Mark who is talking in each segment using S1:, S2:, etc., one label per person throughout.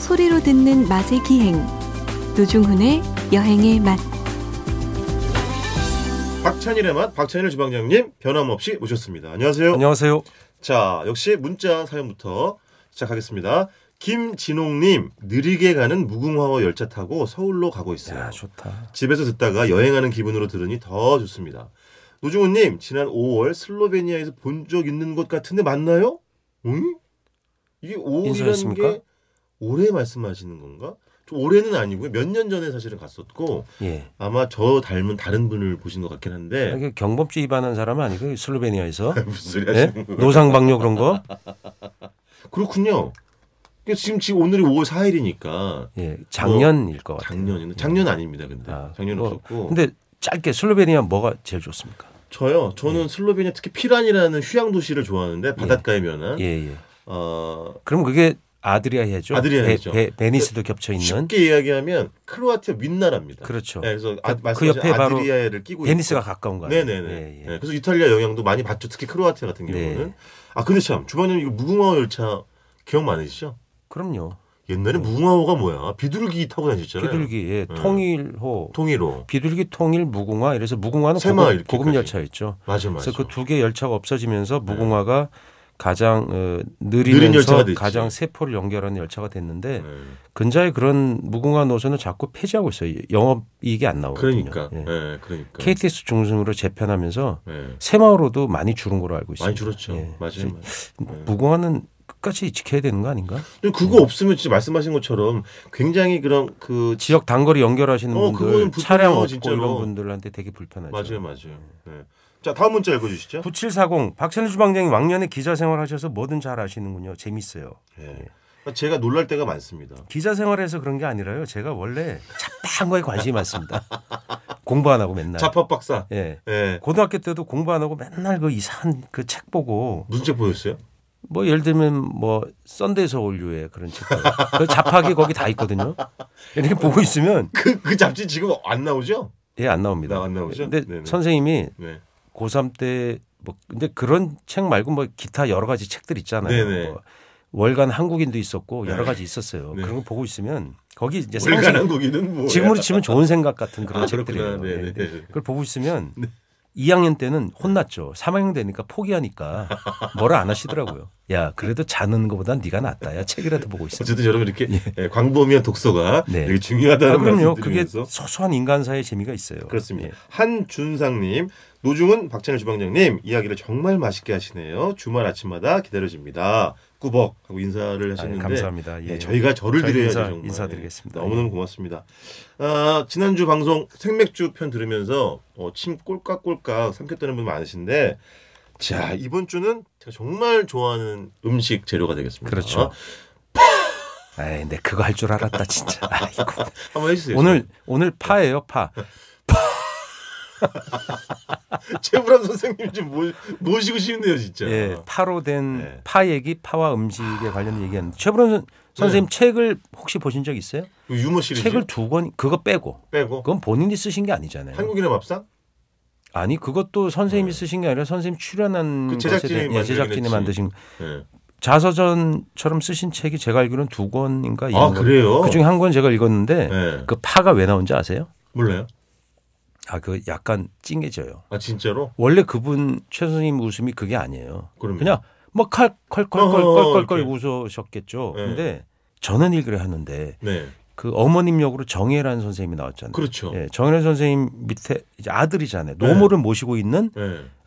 S1: 소리로 듣는 맛의 기행 노중훈의 여행의 맛
S2: 박찬일의 맛 박찬일 주방장님 변함없이 모셨습니다. 안녕하세요.
S3: 안녕하세요.
S2: 자 역시 문자 사연부터 시작하겠습니다. 김진홍님 느리게 가는 무궁화호 열차 타고 서울로 가고 있어요.
S3: 야 아, 좋다.
S2: 집에서 듣다가 여행하는 기분으로 들으니 더 좋습니다. 노중훈님 지난 5월 슬로베니아에서 본 적 있는 것 같은데 맞나요? 응? 이게 5월이라는
S3: 인사했습니까?
S2: 게 올해 말씀하시는 건가? 좀 올해는 아니고요. 몇 년 전에 사실은 갔었고
S3: 예.
S2: 아마 저 닮은 다른 분을 보신 것 같긴 한데
S3: 이게 경범죄 위반한 사람은 아니고 슬로베니아에서
S2: 무슨 소리
S3: 예?
S2: 하시는 거예요?
S3: 노상방뇨 그런 거.
S2: 그렇군요. 그러니까 지금 지금 오늘이 5월 4일이니까
S3: 예. 작년일 것 같아요.
S2: 작년이는 작년 아닙니다. 근데
S3: 음. 아,
S2: 작년
S3: 뭐,
S2: 없었고
S3: 근데 짧게 슬로베니아 뭐가 제일 좋습니까?
S2: 저요. 저는
S3: 예.
S2: 슬로베니아 특히 피란이라는 휴양 도시를 좋아하는데 바닷가에 면한
S3: 예 예.
S2: 어,
S3: 그럼 그게 아드리아해죠.
S2: 아드리아해죠. 네.
S3: 베, 베, 베니스도 겹쳐 그 있는.
S2: 쉽게 이야기하면 크로아티아 윗나라입니다.
S3: 그렇죠.
S2: 네, 그래서 아,
S3: 그
S2: 말씀하신
S3: 옆에 바로
S2: 아드리아를 끼고
S3: 베니스가 가까운 거 아니에요?
S2: 네네네.
S3: 예,
S2: 네,
S3: 예.
S2: 그래서 이탈리아 영향도 많이 받죠. 특히 크로아티아 같은 경우는.
S3: 네.
S2: 아 근데 참 주방님 이거 무궁화호 열차 기억 많으시죠?
S3: 그럼요.
S2: 옛날에 무궁화호가 뭐야? 비둘기 타고 다녔잖아요.
S3: 음. 비둘기 예.
S2: 네.
S3: 통일호.
S2: 통일호.
S3: 비둘기 통일 무궁화 이래서 무궁화는
S2: 새마
S3: 고급,
S2: 이렇게까지.
S3: 고급 열차였죠.
S2: 맞아 맞아.
S3: 그래서 그 두 개 열차가 없어지면서 무궁화가 가장 어,
S2: 네. 느린 열차가
S3: 느리면서
S2: 됐지.
S3: 가장 세포를 연결하는 열차가 됐는데
S2: 네.
S3: 근자에 그런 무궁화 노선을 자꾸 폐지하고 있어요. 영업 이익이 안 나오거든요.
S2: 그러니까. 예,
S3: 예.
S2: 그러니까.
S3: KTX 중심으로 재편하면서
S2: 예.
S3: 새마을로도 많이 줄은 걸로 알고 있습니다.
S2: 많이 줄었죠. 네.
S3: 예.
S2: 맞아요. 맞아요.
S3: 무궁화는 끝까지 지켜야 되는 거 아닌가?
S2: 근데 그거 없으면 진짜 말씀하신 것처럼 굉장히 그런 그
S3: 지역 단거리 연결하시는
S2: 어, 그거는
S3: 분들
S2: 불편해요,
S3: 차량 없고
S2: 진짜로.
S3: 이런 분들한테 되게 불편하죠.
S2: 맞아요, 맞아요. 네. 자 다음 문자 읽어주시죠.
S3: 9740 박찬일 주방장이 왕년에 기자 생활하셔서 뭐든 잘 아시는군요. 재밌어요.
S2: 예. 제가 놀랄 때가 많습니다.
S3: 기자 생활해서 그런 게 아니라요. 제가 원래 잡다한 거에 관심이 많습니다. 공부 안 하고 맨날.
S2: 자파 박사.
S3: 예.
S2: 예.
S3: 고등학교 때도 공부 안 하고 맨날 그 이상한 그 책 보고
S2: 무슨 책 보셨어요?
S3: 뭐 예를 들면 뭐 썬데이 서울류의 그런 책들. 그 자팍이 거기 다 있거든요. 이렇게 보고 있으면
S2: 그, 그 잡지 지금 안 나오죠?
S3: 예, 안 나옵니다.
S2: 나- 안 나오죠?
S3: 근데
S2: 네네.
S3: 선생님이
S2: 네.
S3: 고3 때 뭐 근데 그런 책 말고 뭐 기타 여러 가지 책들
S2: 네네.
S3: 있잖아요. 뭐 월간 한국인도 있었고 여러
S2: 네.
S3: 가지 있었어요.
S2: 네.
S3: 그런 거 보고 있으면 거기 이제 상징-
S2: 불가능한 고기는 뭐.
S3: 네, 지금으로 치면 좋은 생각 같은 그런
S2: 아,
S3: 책들이에요.
S2: 그렇구나. 네, 네.
S3: 네, 네. 그걸 보고 있으면 2학년 때는 혼났죠. 3학년 되니까 포기하니까 뭐라 안 하시더라고요. 야, 그래도 자는 것보단 네가 낫다. 야, 책이라도 보고 있어.
S2: 어쨌든 여러분 이렇게 예, 광범위한 독서가
S3: 네.
S2: 되게
S3: 아,
S2: 중요하다는
S3: 그럼요. 그게
S2: 말씀드리면서
S3: 소소한 인간사의 재미가 있어요.
S2: 그렇습니다.
S3: 예.
S2: 한준상님, 노중은 박찬일 주방장님 이야기를 정말 맛있게 하시네요. 주말 아침마다 기다려집니다. 꾸벅 하고 인사를 하셨는데
S3: 아유, 감사합니다. 예.
S2: 예, 저희가 저를
S3: 저희
S2: 드려야죠
S3: 인사-
S2: 정말.
S3: 인사드리겠습니다.
S2: 예, 너무너무 고맙습니다. 아, 지난주 방송 생맥주 편 들으면서 어, 침 꼴깍꼴깍 삼켰다는 분 많으신데 자 이번 주는 제가 정말 좋아하는 음식 재료가 되겠습니다. 어,
S3: 그렇죠. 에이, 내 예. 그거 할 줄 알았다, 진짜. 아이고.
S2: 한번 해주세요.
S3: 오늘 오늘 파예요, 파.
S2: 아, 최불암 선생님 좀 모, 모시고 싶네요 진짜.
S3: 예, 파로 된
S2: 네. 아,
S3: 파 얘기, 파와 음식에 관련 얘기하는데 최불원 선- 선생님
S2: 네.
S3: 책을 혹시 보신 적 있어요?
S2: 그 유머 시리즈
S3: 책을 두 권 그거 빼고
S2: 빼고
S3: 그건 본인이 쓰신 게 아니잖아요.
S2: 예. 한국인의 밥상?
S3: 아니 그것도 선생님이 쓰신 게 아니라 선생님 출연한
S2: 그
S3: 것에
S2: 제작진이
S3: 대한- 예,
S2: 만들긴
S3: 제작진이
S2: 했지.
S3: 만드신
S2: 예.
S3: 자서전처럼 쓰신 책이 제가 알기로는 두 권인가
S2: 아 그래요?
S3: 그 중에 한 권 제가 읽었는데
S2: 예.
S3: 그 파가 왜 나온지 아세요?
S2: 몰라요?
S3: 아 그 약간 찡해져요.
S2: 아 진짜로?
S3: 원래 그분 최 선생님 웃음이 그게 아니에요.
S2: 그럼요.
S3: 그냥 뭐
S2: 음. 어허,
S3: 칼컬컬컬컬컬
S2: 이렇게.
S3: 웃으셨겠죠.
S2: 네.
S3: 근데 저는 읽으려 하는데
S2: 네.
S3: 그 어머님 역으로 정혜란 선생님이 나왔잖아요.
S2: 그렇죠. 예.
S3: 예, 정혜란 선생님 밑에 이제 아들이잖아요. 노모를 모시고 있는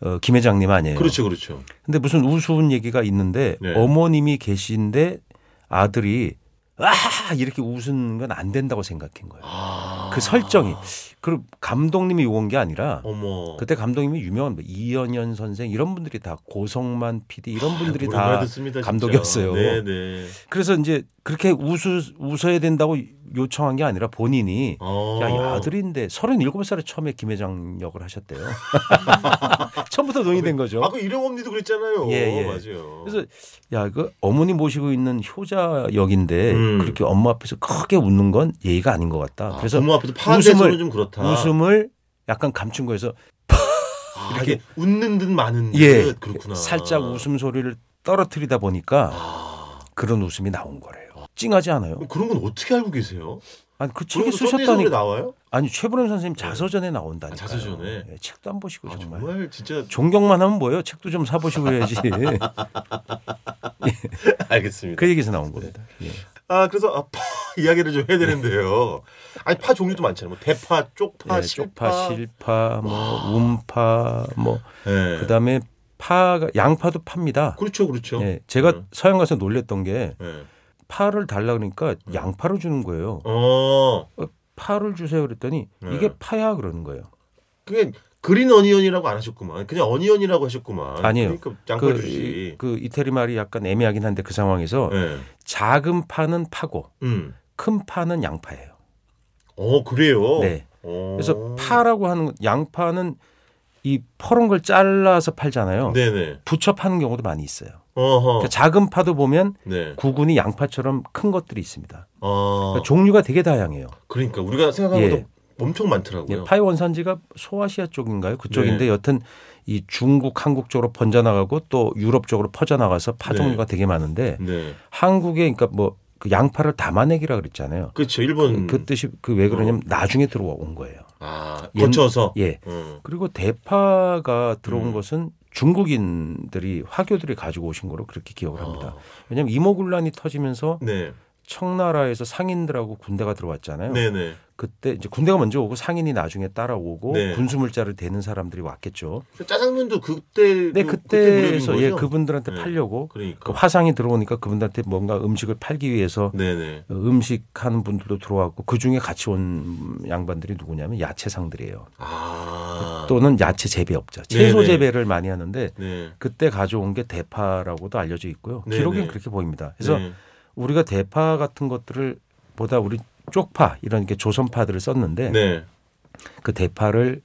S3: 어, 김 회장님
S2: 네.
S3: 아니에요.
S2: 예. 그렇죠, 그렇죠.
S3: 근데 무슨 우스운 얘기가 있는데
S2: 네.
S3: 어머님이 계신데 아들이 아 이렇게 웃은 건 안 된다고 생각한 거예요.
S2: 아.
S3: 그 설정이 그 감독님이 요건 게 아니라
S2: 어머.
S3: 그때 감독님이 유명한 뭐 이연현 선생 이런 분들이 다 고성만 PD 이런 분들이
S2: 오랜만에 아,
S3: 다
S2: 듣습니다, 진짜.
S3: 감독이었어요.
S2: 네, 네.
S3: 그래서 이제 그렇게 웃으, 웃어야 된다고 요청한 게 아니라 본인이
S2: 어.
S3: 야, 이 아들인데 37살에 처음에 김회장 역을 하셨대요. 처음부터 동의된 거죠.
S2: 아, 그 이령 언니도 그랬잖아요.
S3: 예, 예.
S2: 맞아요.
S3: 그래서 야, 그 어머니 모시고 있는 효자 역인데
S2: 음.
S3: 그렇게 엄마 앞에서 크게 웃는 건 예의가 아닌 것 같다.
S2: 아,
S3: 그래서
S2: 부모 앞에서 파한대서는
S3: 웃음을-
S2: 좀 그렇다.
S3: 웃음을 약간 감춘 거에서
S2: 아,
S3: 이렇게-
S2: 이게 웃는 듯 많은 듯
S3: 예,
S2: 그렇구나.
S3: 살짝 웃음 소리를 떨어뜨리다 보니까
S2: 아,
S3: 그런 웃음이 나온 거래요. 찡하지 않아요.
S2: 그런 건 어떻게 알고 계세요?
S3: 아니 그
S2: 그런
S3: 책에
S2: 것도 썬데이
S3: 쓰셨다니
S2: 나와요?
S3: 아니 최불암 선생님 자서전에 나온다니까.
S2: 아, 자서전에?
S3: 책도 안 보시고
S2: 아,
S3: 정말.
S2: 정말 진짜
S3: 존경만 하면 뭐예요? 책도 좀 사보시고 해야지.
S2: 알겠습니다.
S3: 그 얘기에서 나온 겁니다. 예.
S2: 아 그래서 아, 파 이야기를 좀 해야 되는데요. 아니 파 종류도 많잖아요. 뭐 대파, 쪽파,
S3: 예,
S2: 실파,
S3: 네. 쪽파, 실파, 뭐 움파, 뭐
S2: 예.
S3: 그다음에 파가 양파도 팝니다.
S2: 그렇죠, 그렇죠.
S3: 예, 제가
S2: 음.
S3: 서양 가서 놀랬던 게
S2: 예.
S3: 파를 달라 그러니까
S2: 네.
S3: 양파를 주는 거예요.
S2: 어
S3: 파를 주세요 그랬더니
S2: 네.
S3: 이게 파야 그러는 거예요.
S2: 그게 그린 어니언이라고 안 하셨구만. 그냥 어니언이라고 하셨구만.
S3: 아니에요.
S2: 그러니까 양파
S3: 그, 이-
S2: 주시.
S3: 그 이태리 말이 약간 애매하긴 한데 그 상황에서
S2: 예.
S3: 작은 파는 파고
S2: 음.
S3: 큰 파는 양파예요.
S2: 어 그래요.
S3: 네.
S2: 어.
S3: 그래서 파라고 하는 건 양파는 이 퍼런 걸 잘라서 팔잖아요.
S2: 네네.
S3: 부쳐 파는 경우도 많이 있어요.
S2: 어허.
S3: 그러니까 작은 파도 보면
S2: 네.
S3: 구근이 양파처럼 큰 것들이 있습니다.
S2: 아
S3: 그러니까 종류가 되게 다양해요.
S2: 그러니까 우리가 생각하는
S3: 예.
S2: 것도 엄청 많더라고요.
S3: 예, 파의 원산지가 소아시아 쪽인가요? 그쪽인데
S2: 네.
S3: 여튼 이 중국, 한국 쪽으로 번져나가고 또 유럽 쪽으로 퍼져나가서 파
S2: 네.
S3: 종류가 되게 많은데
S2: 네.
S3: 한국에 그러니까 뭐 그 양파를 담아내기라 그랬잖아요.
S2: 그렇죠. 일본
S3: 그 뜻이 그 왜 그러냐면 나중에 들어온 거예요.
S2: 아
S3: 옛-
S2: 거쳐서.
S3: 예.
S2: 음.
S3: 그리고 대파가 들어온
S2: 음.
S3: 것은 중국인들이 화교들이 가지고 오신 거로 그렇게 기억을 합니다.
S2: 아,
S3: 왜냐하면 임오군란이 터지면서
S2: 네.
S3: 청나라에서 상인들하고 군대가 들어왔잖아요.
S2: 네네.
S3: 그때 이제 군대가 먼저 오고 상인이 나중에 따라오고
S2: 네.
S3: 군수물자를 대는 사람들이 왔겠죠.
S2: 그 짜장면도 그때.
S3: 근데 네, 그때에서 예 그분들한테
S2: 네.
S3: 팔려고 그
S2: 그러니까.
S3: 화상이 들어오니까 그분들한테 뭔가 음식을 팔기 위해서
S2: 네네.
S3: 음식하는 분들도 들어왔고 그 중에 같이 온 양반들이 누구냐면 야채상들이에요.
S2: 아.
S3: 또는 야채 재배업자, 채소
S2: 네네.
S3: 재배를 많이 하는데
S2: 네.
S3: 그때 가져온 게 대파라고도 알려져 있고요.
S2: 네네.
S3: 기록엔 그렇게 보입니다. 그래서
S2: 네.
S3: 우리가 대파 같은 것들을 보다 우리 쪽파 이런 게 조선파들을 썼는데
S2: 네.
S3: 그 대파를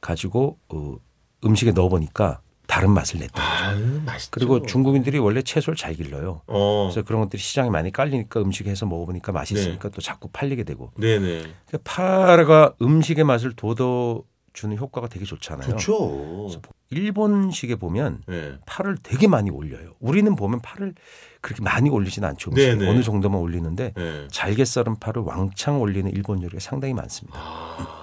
S3: 가지고 어, 음식에 넣어 보니까 다른 맛을 냈다.
S2: 아 맛있죠.
S3: 그리고 중국인들이 원래 채소를 잘 길러요.
S2: 어. 네.
S3: 그래서 그런 것들이 시장에 많이 깔리니까 음식에서 먹어보니까 맛있으니까 또 자꾸 팔리게 되고
S2: 네네.
S3: 그러니까 파가 음식의 맛을 돋워 주는 효과가 되게 좋잖아요.
S2: 좋죠.
S3: 뭐 일본식에 보면
S2: 네.
S3: 파를 되게 많이 올려요. 우리는 보면 파를 그렇게 많이 올리진 않죠.
S2: 네,
S3: 음식에.
S2: 네.
S3: 어느 정도만 올리는데
S2: 네.
S3: 잘게 썰은 파를 왕창 올리는 일본 요리가 상당히 많습니다.
S2: 아.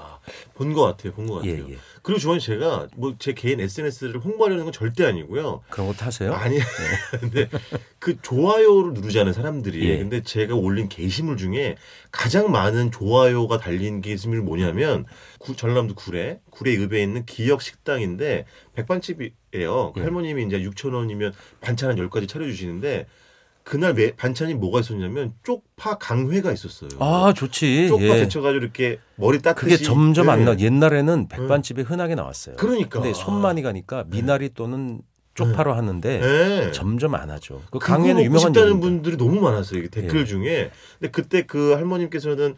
S2: 본 것 같아요. 본 것
S3: 예,
S2: 같아요.
S3: 예.
S2: 그리고 주원 제가 뭐 제 개인 SNS를 홍보하려는 건 절대 아니고요.
S3: 그런 것도 하세요? 네.
S2: 아니, 근데 그 좋아요를 누르지 않은 사람들이
S3: 예.
S2: 근데 제가 올린 게시물 중에 가장 많은 좋아요가 달린 게시물이 뭐냐면 구- 전남도 구례 구례 읍에 있는 기역 식당인데 백반집이에요.
S3: 예.
S2: 할머님이 이제 6천 원이면 반찬 한 10가지 차려주시는데 그날 매- 반찬이 뭐가 있었냐면 쪽파 강회가 있었어요.
S3: 아, 좋지.
S2: 쪽파
S3: 예.
S2: 데쳐가지고 이렇게 머리 따뜻이
S3: 그게 점점 안 나.
S2: 네.
S3: 옛날에는 백반집에 흔하게 나왔어요.
S2: 그러니까.
S3: 근데 손만이 가니까 미나리 또는 쪽파로 하는데
S2: 네.
S3: 점점 안 하죠.
S2: 그거
S3: 그 강에는
S2: 먹고
S3: 유명한
S2: 싶다는
S3: 요리입니다.
S2: 분들이 너무 많았어요. 이게 댓글
S3: 예.
S2: 중에. 근데 그때 그 할머님께서는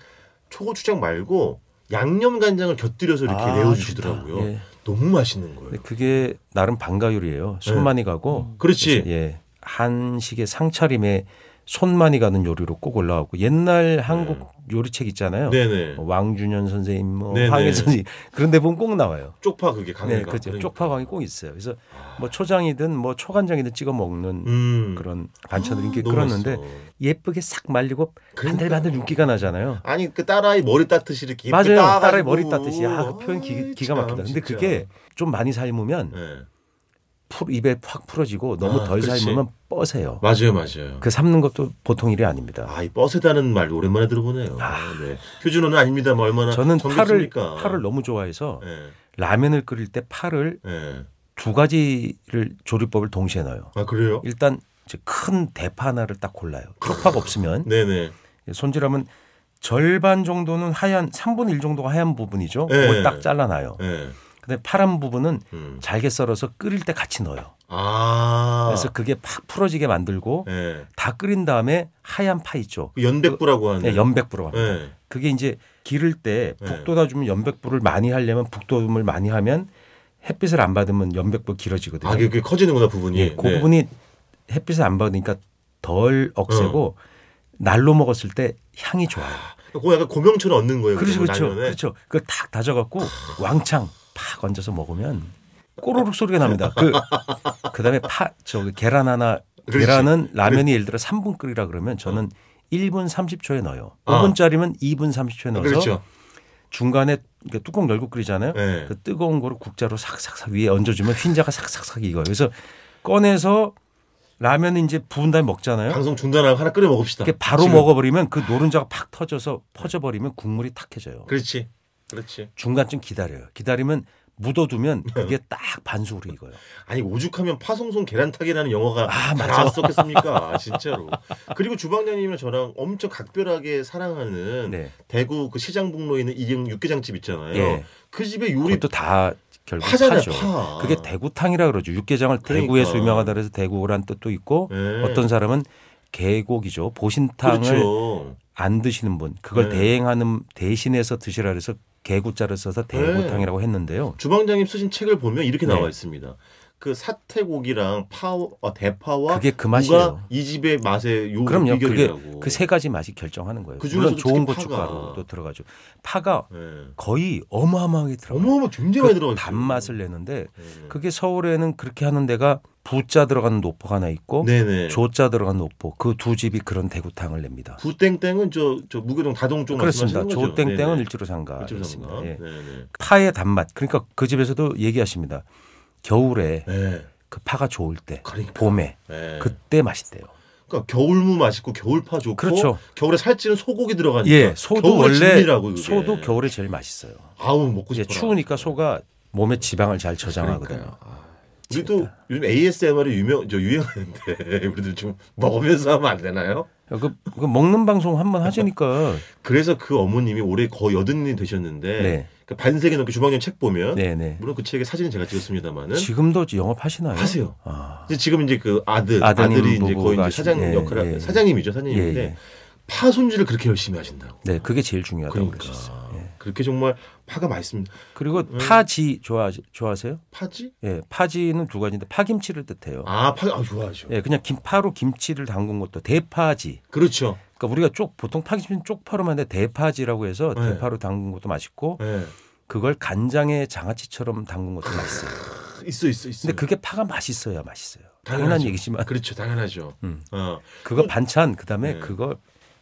S2: 초고추장 말고 양념 간장을 곁들여서 이렇게
S3: 아,
S2: 내어주시더라고요.
S3: 좋다. 예. 그렇죠.
S2: 너무 맛있는 거예요.
S3: 근데 그게 나름 반가요리예요. 손만이 가고
S2: 네. 음. 그렇지.
S3: 예. 한식의 상차림에 손만이 가는 요리로 꼭 올라오고 옛날 한국 요리책 있잖아요.
S2: 네. 네네.
S3: 뭐 왕준현 선생님, 뭐
S2: 네네.
S3: 황일 선생님 그런데 보면 꼭 나와요.
S2: 쪽파 그게 강해가.
S3: 네, 그렇죠.
S2: 그러니까. 아.
S3: 쪽파광이 꼭 있어요. 그래서 뭐 초장이든 뭐 초간장이든 찍어 먹는
S2: 음.
S3: 그런 반찬들이 이렇게
S2: 너무
S3: 끌었는데
S2: 맛있어.
S3: 예쁘게 싹 말리고
S2: 그러니까.
S3: 반들반들 윤기가 나잖아요.
S2: 아니 그 딸아이 머리 따뜻이 이렇게 예쁘게
S3: 맞아요.
S2: 따가지고.
S3: 딸의 머리 따듯이 아, 그 표현
S2: 아이,
S3: 기, 가
S2: 참,
S3: 막히다. 근데
S2: 진짜.
S3: 그게 좀 많이 삶으면
S2: 네.
S3: 풀, 입에 확 풀어지고 너무
S2: 아,
S3: 덜
S2: 그렇지.
S3: 삶으면 뻗어요.
S2: 맞아요, 맞아요.
S3: 그 삶는 것도 보통 일이 아닙니다.
S2: 아, 이 버스다는 말 오랜만에 들어보네요. 네. 표준어는 아닙니다. 뭐 얼마나
S3: 아. 저는 파를
S2: 정겹습니까?
S3: 파를 너무 좋아해서
S2: 예.
S3: 라면을 끓일 때 파를
S2: 예.
S3: 두 가지를 조리법을 동시에 넣어요.
S2: 아 그래요?
S3: 일단 이제 큰 대파 하나를 딱 골라요. 쪽파가 없으면
S2: 네네.
S3: 손질하면 절반 정도는 하얀 3분의 1 정도가 하얀 부분이죠.
S2: 네.
S3: 그걸 딱 잘라놔요.
S2: 예.
S3: 근데 파란 부분은
S2: 음.
S3: 잘게 썰어서 끓일 때 같이 넣어요.
S2: 아.
S3: 그래서 그게 팍 풀어지게 만들고
S2: 예.
S3: 다 끓인 다음에 하얀 파 있죠.
S2: 그 연백부라고 하는.
S3: 네, 연백부로 합니다.
S2: 예.
S3: 그게 이제 기를 때
S2: 네.
S3: 북돋아 주면 연백부를 많이 하려면 북돋움을 많이 하면 햇빛을 안 받으면 연백부 길어지거든요.
S2: 아, 그게 커지는구나 부분이.
S3: 예, 그
S2: 네.
S3: 부분이 햇빛을 안 받으니까 덜
S2: 어.
S3: 억세고 날로 먹었을 때 향이 좋아요.
S2: 그거 약간 고명처럼 얻는 거예요.
S3: 그렇죠,
S2: 그거
S3: 그렇죠,
S2: 라면에.
S3: 그렇죠. 그걸 탁 다져갖고 왕창 팍 얹어서 먹으면 꼬르륵 소리가 납니다. 그 그다음에 파 저기 계란 하나
S2: 그렇죠. 그렇지.
S3: 계란은 라면이 예를 들어 3분 끓이라 그러면 저는 1분 30초에 넣어요.
S2: 아.
S3: 5분짜리면 2분 30초에 넣어서
S2: 그렇죠.
S3: 중간에 이렇게 뚜껑 열고 끓이잖아요.
S2: 네.
S3: 그 뜨거운 거를 국자로 싹싹싹 위에 얹어주면 흰자가 싹싹싹 익어요. 그래서 꺼내서 라면은 이제 부은 다음에 먹잖아요.
S2: 방송 중단하고 하나 끓여 먹읍시다.
S3: 네. 이렇게 바로
S2: 지금.
S3: 먹어버리면 그 노른자가 팍 터져서 퍼져버리면 국물이 탁해져요.
S2: 그렇지. 그렇지.
S3: 중간쯤 기다려요. 기다리면 묻어두면
S2: 네.
S3: 그게 딱 반숙으로 익어요.
S2: 아니 오죽하면 파송송 계란타기라는 영화가
S3: 아,
S2: 다
S3: 맞아.
S2: 나왔었겠습니까? 아, 진짜로. 그리고 주방장님이랑 저랑 엄청 각별하게 사랑하는
S3: 네.
S2: 대구 그 시장북로에 있는 이영 육개장집 있잖아요.
S3: 예.
S2: 그 집에 요리
S3: 그것도 다 결국
S2: 파잖아요.
S3: 파죠.
S2: 파.
S3: 그게 대구탕이라 그러죠. 육개장을 대구에서
S2: 그러니까.
S3: 유명하다 그래서 대구란 뜻도 있고
S2: 예.
S3: 어떤 사람은 계곡이죠. 보신탕을
S2: 그렇죠.
S3: 안 드시는 분 그걸
S2: 네.
S3: 대행하는 대신해서 드시라 그래서 개구자를 써서
S2: 네.
S3: 대구탕이라고 했는데요.
S2: 주방장님 쓰신 책을 보면 이렇게
S3: 네.
S2: 나와 있습니다. 그 사태고기랑 파 아, 대파와
S3: 그게 그
S2: 누가
S3: 맛이에요.
S2: 이 집의 맛의 요
S3: 그럼요. 그게
S2: 비결이라고.
S3: 그 세 가지 맛이 결정하는 거예요.
S2: 그중에서도
S3: 물론 좋은
S2: 특히 파가.
S3: 고춧가루도 들어가죠. 파가
S2: 네.
S3: 거의 어마어마하게 들어가요.
S2: 어마어마 굉장히 많이
S3: 그
S2: 들어가 있어요.
S3: 단맛을 내는데
S2: 네.
S3: 그게 서울에는 그렇게 하는 데가 부자 들어가는 노포가 하나 있고
S2: 네네.
S3: 조자 들어가는 노포 그 두 집이 그런 대구탕을 냅니다.
S2: 구땡땡은 저, 저 무교동 다동 쪽
S3: 그렇습니다.
S2: 말씀하시는 거죠?
S3: 조땡땡은
S2: 네네.
S3: 일주로 상가.
S2: 일주일
S3: 그렇습니다.
S2: 전인가?
S3: 예.
S2: 네네.
S3: 파의 단맛. 그러니까 그 집에서도 얘기하십니다. 겨울에
S2: 네.
S3: 그 파가 좋을 때,
S2: 그러니까.
S3: 봄에
S2: 네. 그,
S3: 그때 맛있대요.
S2: 러니까 겨울무 맛있고 겨울파 좋고
S3: 그렇죠.
S2: 겨울에 살찌는 소고기 들어가니까
S3: 예, 소도
S2: 겨울의
S3: 원래
S2: 진미라고, 그게.
S3: 소도 겨울에 제일 맛있어요.
S2: 아우 먹고
S3: 이제
S2: 싶어.
S3: 추우니까 소가 몸에 지방을 잘 저장하거든요.
S2: 아, 우리도 요즘 ASMR이 유명 저 유행하는데 우리도 좀 먹으면서 하면 안 되나요?
S3: 그, 그 먹는 방송 한번 하시니까
S2: 그래서 그 어머님이 올해 거의 여든이 되셨는데
S3: 네.
S2: 그 반세기 넘게 주방장 책 보면
S3: 네네
S2: 물론 그 책에 사진은 제가 찍었습니다만은
S3: 지금도 영업 하시나요?
S2: 네. 하세요.
S3: 아,
S2: 근데 지금 이제 그 아들
S3: 아드님
S2: 아들이 이제 거의
S3: 부부가
S2: 이제 사장
S3: 하시는- 예,
S2: 역할을
S3: 예, 예.
S2: 사장님이죠
S3: 예,
S2: 사장님인데
S3: 예.
S2: 파 손질을 그렇게 열심히 하신다고.
S3: 네, 그게 제일 중요하다고
S2: 그러니까
S3: 그러셨어요.
S2: 그렇게 정말 파가 맛있습니다.
S3: 그리고 파지 좋아 좋아하세요?
S2: 파지?
S3: 예, 파지는 두 가지인데 파김치를 뜻해요.
S2: 아 파, 아 좋아하죠.
S3: 어. 예, 그냥 김파로 김치를 담근 것도 대파지.
S2: 그렇죠.
S3: 그러니까 우리가 쪽 보통 파김치는 쪽파로 만든 대파지라고 해서
S2: 네.
S3: 대파로 담근 것도 맛있고
S2: 예.
S3: 그걸 간장에 장아찌처럼 담근 것도 맛있어요.
S2: 있어 있어 있어.
S3: 근데 그게 파가 맛있어야 맛있어요.
S2: 당연하죠.
S3: 당연한 얘기지만
S2: 그렇죠 당연하죠.
S3: 음.
S2: 어.
S3: 그거 반찬 그다음에
S2: 네.
S3: 그거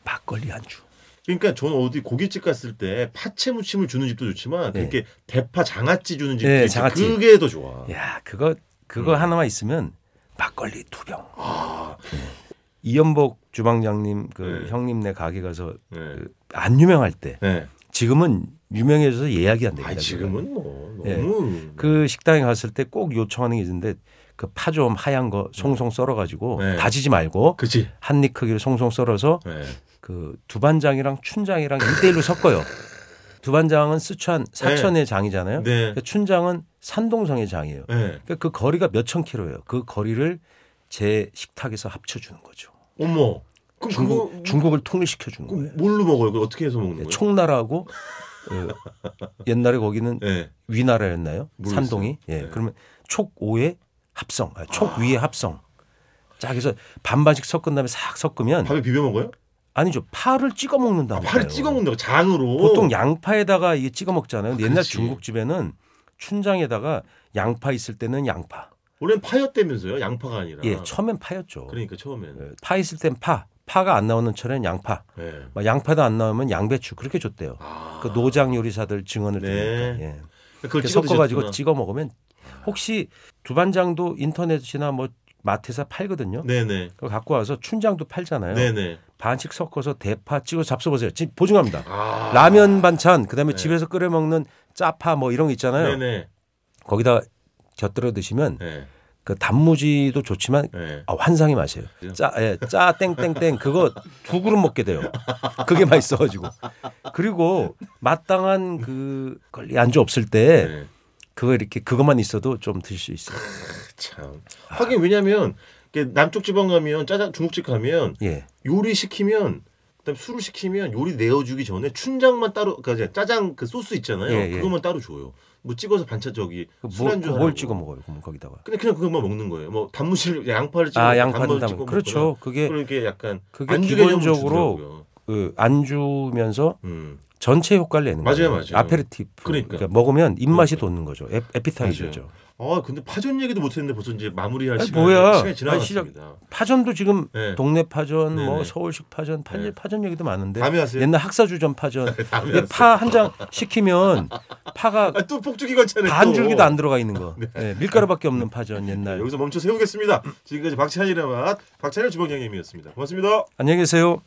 S3: 막걸리 안주.
S2: 그러니까 저는 어디 고깃집 갔을 때 파채 무침을 주는 집도 좋지만
S3: 네.
S2: 그렇게 대파 장아찌 주는 집도
S3: 네,
S2: 있죠.
S3: 장아찌. 예.
S2: 그게 더 좋아.
S3: 야, 그거 그거
S2: 음.
S3: 하나만 있으면 막걸리 두 병. 예.
S2: 아,
S3: 이연복 주방장님 그
S2: 네.
S3: 형님네 가게 가서
S2: 네.
S3: 그 안 유명할 때
S2: 네.
S3: 지금은 유명해져서 예약이 안 됩니다.
S2: 아 지금은 뭐
S3: 네.
S2: 너무
S3: 그 식당에 갔을 때 꼭 요청하는 게 있는데 그 파 좀 하얀 거 송송 썰어 가지고
S2: 네.
S3: 다지지 말고
S2: 그렇지.
S3: 한 입 크기로 송송 썰어서
S2: 네.
S3: 그 두반장이랑 춘장이랑 1대1로 섞어요. 두반장은 쓰촨 사천의 장이잖아요.
S2: 네.
S3: 그러니까 춘장은 산동성의 장이에요.
S2: 네.
S3: 그러니까 그 거리가 몇천 킬로예요. 그 거리를 제 식탁에서 합쳐 주는 거죠.
S2: 어머. 그럼
S3: 중국
S2: 그거 뭐-
S3: 중국을 통일시켜 주는 거예요.
S2: 그럼 뭘로 먹어요? 그걸 어떻게 해서 먹는
S3: 네,
S2: 거예요?
S3: 총나라하고 어, 옛날에 거기는
S2: 네.
S3: 위나라였나요?
S2: 모르겠어요.
S3: 산동이. 예.
S2: 네.
S3: 그러면 촉오의 합성, 아, 촉위의 합성. 자, 그래서 반반씩 섞은 다음에 싹 섞으면
S2: 밥에 비벼 먹어요?
S3: 아니죠. 파를 찍어
S2: 아,
S3: 먹는다는 거예요.
S2: 파를 찍어 먹는다고 장으로.
S3: 보통 양파에다가 이게 찍어 먹잖아요. 근데 옛날
S2: 그렇지.
S3: 중국집에는 춘장에다가 양파 있을 때는 양파.
S2: 원래는 파였다면서요? 양파가 아니라.
S3: 예, 처음엔 파였죠.
S2: 그러니까 처음에는.
S3: 예, 파 있을 땐 파, 파가 안 나오는 철엔 양파,
S2: 네.
S3: 막 양파도 안 나오면 양배추 그렇게 줬대요.
S2: 아.
S3: 그 노장 요리사들 증언을
S2: 네.
S3: 드니까. 예.
S2: 그걸
S3: 이렇게
S2: 찍어
S3: 섞어가지고
S2: 드셨구나.
S3: 찍어 먹으면 혹시 두반장도 인터넷이나 뭐 마트에서 팔거든요.
S2: 네네.
S3: 그거 갖고 와서 춘장도 팔잖아요.
S2: 네네.
S3: 반씩 섞어서 대파 찍어 서 잡숴보세요. 지금 보증합니다.
S2: 아.
S3: 라면 반찬 그다음에
S2: 네.
S3: 집에서 끓여 먹는 짜파 뭐 이런 거 있잖아요.
S2: 네네.
S3: 거기다 곁들여 드시면
S2: 네.
S3: 그 단무지도 좋지만
S2: 네.
S3: 아, 환상이 맛이에요. 짜, 예, 짜 땡땡땡 그거 두 그릇 먹게 돼요. 그게 맛있어가지고 그리고 마땅한 그 걸리 안주 없을 때
S2: 네.
S3: 그거 이렇게 그것만 있어도 좀 드실 수 있어요.
S2: 그 참. 하긴 왜냐면 이게 남쪽 지방 가면 짜장 중국집 가면
S3: 예.
S2: 요리 시키면 그다음 술을 시키면 요리 내어주기 전에 춘장만 따로 그러니까 짜장 그 소스 있잖아요.
S3: 예, 예.
S2: 그것만 따로 줘요. 뭐 찍어서 반찬 저기
S3: 그 뭐,
S2: 술안주
S3: 뭘
S2: 하라고.
S3: 찍어 먹어요? 그럼 거기다가.
S2: 근데 그냥 그것만 먹는 거예요. 뭐 단무지를 양파를 찍어
S3: 아,
S2: 먹고
S3: 양파를
S2: 단무지
S3: 담
S2: 찍어
S3: 그렇죠.
S2: 먹거나.
S3: 그게
S2: 그런 게 약간
S3: 그게
S2: 안주 개념으로
S3: 기본적으로
S2: 주더라고요.
S3: 그 안주면서
S2: 음.
S3: 전체 효과를 내는
S2: 맞아요,
S3: 거예요.
S2: 맞아요.
S3: 아페리티프.
S2: 그러니까.
S3: 먹으면 입맛이
S2: 그러니까.
S3: 돋는 거죠. 에- 에피타이저죠.
S2: 아 근데 파전 얘기도 못했는데 벌써 이제 마무리할
S3: 아니,
S2: 시간이
S3: 뭐야.
S2: 시간이
S3: 아니,
S2: 지나갔습니다.
S3: 파전도 지금
S2: 네.
S3: 동네 파전,
S2: 네네.
S3: 뭐 서울식 파전, 파,
S2: 네.
S3: 파전 얘기도 많은데
S2: 다음에 하세요.
S3: 옛날 학사주점 파전.
S2: 다음에 하세요.
S3: 파 한 장 시키면 파가
S2: 아, 또 폭죽이 걸잖아요.
S3: 반
S2: 또.
S3: 줄기도 안 들어가 있는 거. 네, 밀가루밖에 없는 파전 옛날.
S2: 여기서 멈춰 세우겠습니다. 지금까지 박찬일의 맛 박찬일 주방장님이었습니다. 고맙습니다.
S3: 안녕히 계세요.